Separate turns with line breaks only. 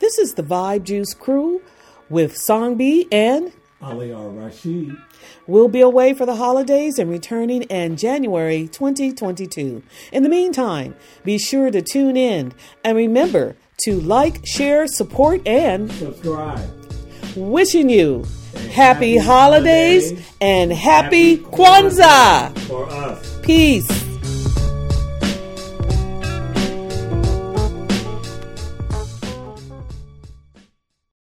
This is the Vibe Juice crew with Song B and
Ali R. Rashid.
We'll be away for the holidays and returning in January 2022. In the meantime, be sure to tune in and remember to like, share, support, and
Subscribe.
wishing you happy
happy
holidays
holidays
and happy
Happy
Kwanzaa.
For us.
Peace.